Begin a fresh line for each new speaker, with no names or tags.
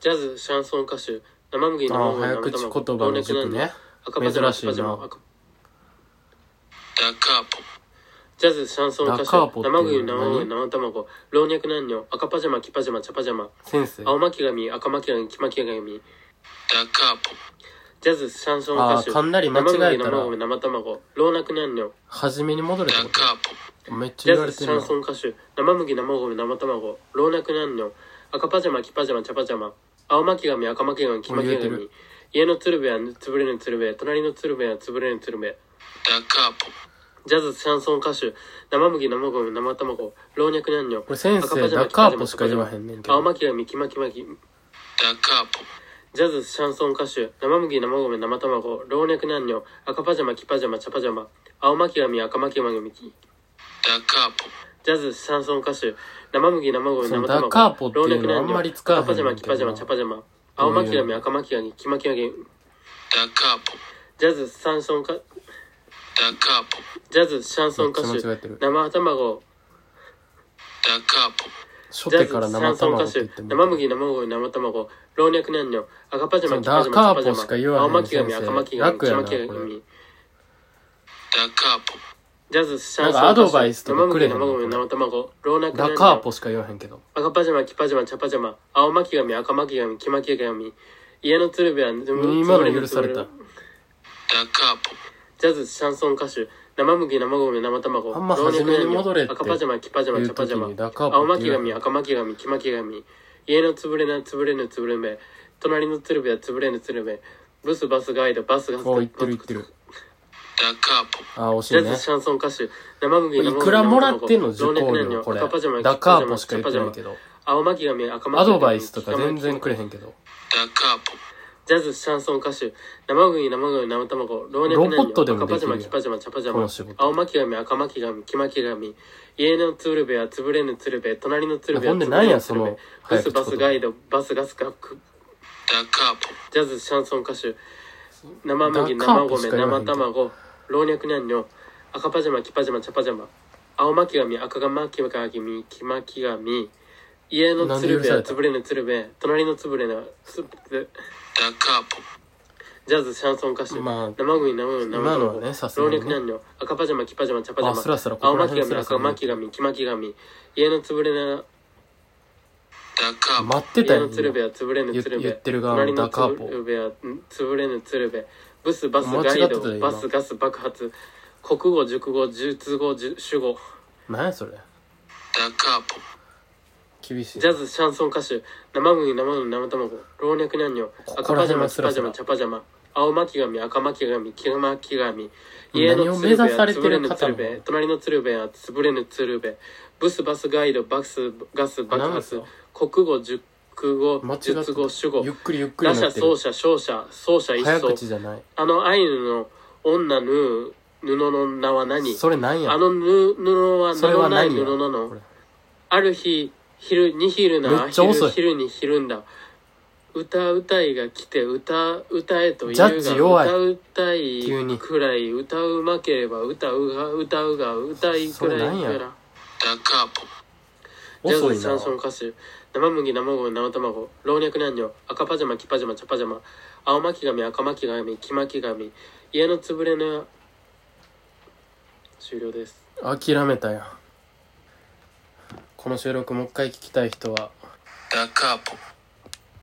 ジャズ、シャンソン歌手、生麦、
あ
生
あ
麦、
早
生
口言
卵、老
葉の
若
塾
男女
ね、
赤パジャマ、
珍
赤パ
しいな
ジャマ、赤
ダカーポ
ジャズ、シャンソン歌手、
ダカーポって
生
い
麦、
うの
生
は
麦、生卵、老若男女、赤パジャマ、黄パジャマ、茶パジャマ、
先生
青巻紙、赤巻紙、黄巻紙、
ダカーポ
ジャズ、シャンソン歌手、
あー雷間違えたら
生麦、生麦、生卵、老若男女、
初めに戻れ
ダ
たこ
カーポ
とめっち
ジ
ゃ言
ャ
われ
ズ、
て
シャ
る
ン
な
ソン歌手、生麦、生米、生卵、老若男女、赤パジャマ、黄パジャマ、茶パジャマ、青巻紙、赤巻紙、黄巻
言えて
紙
る、
家の鶴瓶は潰れぬ鶴瓶、隣の鶴瓶は潰れぬ鶴瓶、
ダカーポ
ジャズ、シャンソン歌手、生麦、生米、生卵、老若男女、
これ先
赤パ
生
ジャマ
ダカーポしか言わへんねんけ
青
ど
巻紙、黄巻紙、
ダカーポ
ジャズ、シャンソン歌手、生麦、生米、生卵、老若男女、赤パジャマ、黄パジャマ、茶パジャマ、青巻紙、赤巻紙、
ダカーポ
ジャズ、シャンソン歌手、生麦、生米、
そ
生
の
卵、
ダカーポっていうのあんまり使わへん
赤パジャ
ね
マ、
ん
黄
け
パジャマ、
ど
茶パジャマ、青巻紙、赤巻紙、黄巻紙、
ダカーポ
ジャズ、シャンソン歌、
ダカーポ
ジャズ、シャンソン歌
めっ
手
ちゃ間違えてる、
生卵、
ダカーポ
初
ジャ
手
ズ、
から
シャ
生
ンソン
卵
歌
って
手
言って、
生
も
麦、生米、生卵、老若男女、赤パジャマ、
そう
黄パジャマ、
ダ
茶
カ
パ
ー
ジ
ポしか言
ャマ、
わへん
青巻紙、
先生
赤巻
楽
紙、
や
黄
な
巻
これ
紙。
ダカーポ
ジャズ、シャンソン歌手、
なんかアドバイスとかくれへんの
生麦、生米、生卵、老若男
ダ
女
カーポしか言わへんけど
赤パジャマ、黄パジャマ、茶パジャマ、青巻紙、赤巻紙、黄巻紙。家の鶴瓶は、
今の許された
ダカーポ
ジャズ、シャンソン歌手、生麦、生米、生卵。
あんま初めに戻れって
赤パジャマ、黄パジャマ、茶パジャ
言う時に
マ
ダカー。ポ
青
っ
巻
て言う
紙、赤巻紙、黄巻紙。家の潰れな、潰れぬ、潰れめ。隣の鶴瓶は潰れぬ、潰れめ。ブス、バス、ガイド、バスが。
お言ってる言ってる
ダカーポ
あー
ジャ
惜
ズ、
し
シャンソン歌手、生麦、生
いね
米。
いくらもらってんの受
生
講
卵老若男
料
女
これ
赤パジャマ、黄
ダ
パジャ
カーポ
マ、
しか
茶
言っ
パ
て
ジャ
ない
マ
け。ど
青巻紙、赤巻紙。
アドバイスとか
黄巻
全
紙
然くれへんけど
ダカーポ
ジャズ、シャンソン歌手、生麦、生麦、生卵、老若男女、
ロボットでも
赤パジャマ、
できるや
黄パ
ん
ジャマ、茶パジャ
こ
マ
の仕、事
青巻紙、赤巻紙、黄巻紙、家の鶴瓶は潰れぬ鶴瓶、隣の鶴瓶は
ほんで
潰れ
なん
ぬ
や
鶴瓶
その、
バス、
早口言
バ
葉
スガイド、バスガスカック、
ダカーポ
ジャズ、シャンソン歌手、生麦、
ダカ
生
ーポし
米、
か言わへ
生
んけど
卵、老若男女、赤パジャマ、黄パジャマ、茶パジャマ、青巻紙、赤が巻紙、黄巻紙、家の鶴瓶は潰れぬ鶴瓶、隣の鶴瓶は、つ
ダカーポ
ジャズ、シャンソン歌手、
まあ
生麦、生麦、生
今の
卵、
はねさす
老
が
若
にね
男女、赤パジャマ、黄パジャマ、茶パジャ
あ
マ、
スラスラここ
青
ら
巻
辺
紙、
スラスラ
赤巻紙、黄巻紙、家の潰れな、
ダカーポ
待ってた
家
よ
の鶴
今
瓶は潰れぬ鶴
言
瓶
言っ、てる側
隣
の
の
ダカーポ
鶴瓶は潰れぬ鶴瓶、ブス、バス、ガ
間違
イ
ってたよ
ド、
今
バス、ガス、爆発、国語、熟語、術語、じゅ主語、
何やそれ
ダカーポ
厳しい
ジャズ、シャンソン歌手、生麦、生麦、生卵、老若男女、
ここ
赤
ら
パジ
辺
ャマ、
は
黄
ス
パ
ラ
ジ
ス
ャマ、
ラ
茶パジャマ、青巻紙、赤巻紙、黄巻紙、家
何
の
を
鶴
目指
瓶は
されて
潰れ
る
ぬ
方
鶴
も
瓶、隣の鶴瓶は潰れぬ鶴瓶、ブス、バス、ガイド、バス、ガス、爆
何です
発
か、
国語、熟語
間違っ、てた
術語、主語
ゆっ、くりゆっくり
打
に
者、
なって
走
る
者、勝者、走者一
早
掃
口。じゃない
あのアイヌの女ぬー、布の名は何
それなんや
あのぬ布は
それ
名
は
のない
何
布
や
なの
これ
ある日、昼、に昼な、
めっちゃ遅い
昼、昼に昼んだ。歌うたいが来て、歌、歌えと言う
ジ
が、
ャッジ弱い
歌うたい
急に
くらい、歌うまければ、歌うが、歌うが、歌いくら
それないん
から。
や
ダカーポ
ジャ
遅い
ズ、シャンソン
な
歌手、生麦、生米、生卵、老若男女、赤パジャマ、黄パジャマ、茶パジャマ、青巻紙、赤巻紙、黄巻紙、家の潰れの終了です。
諦めたやんこの収録もう一回聞きたい人は
ダカーポ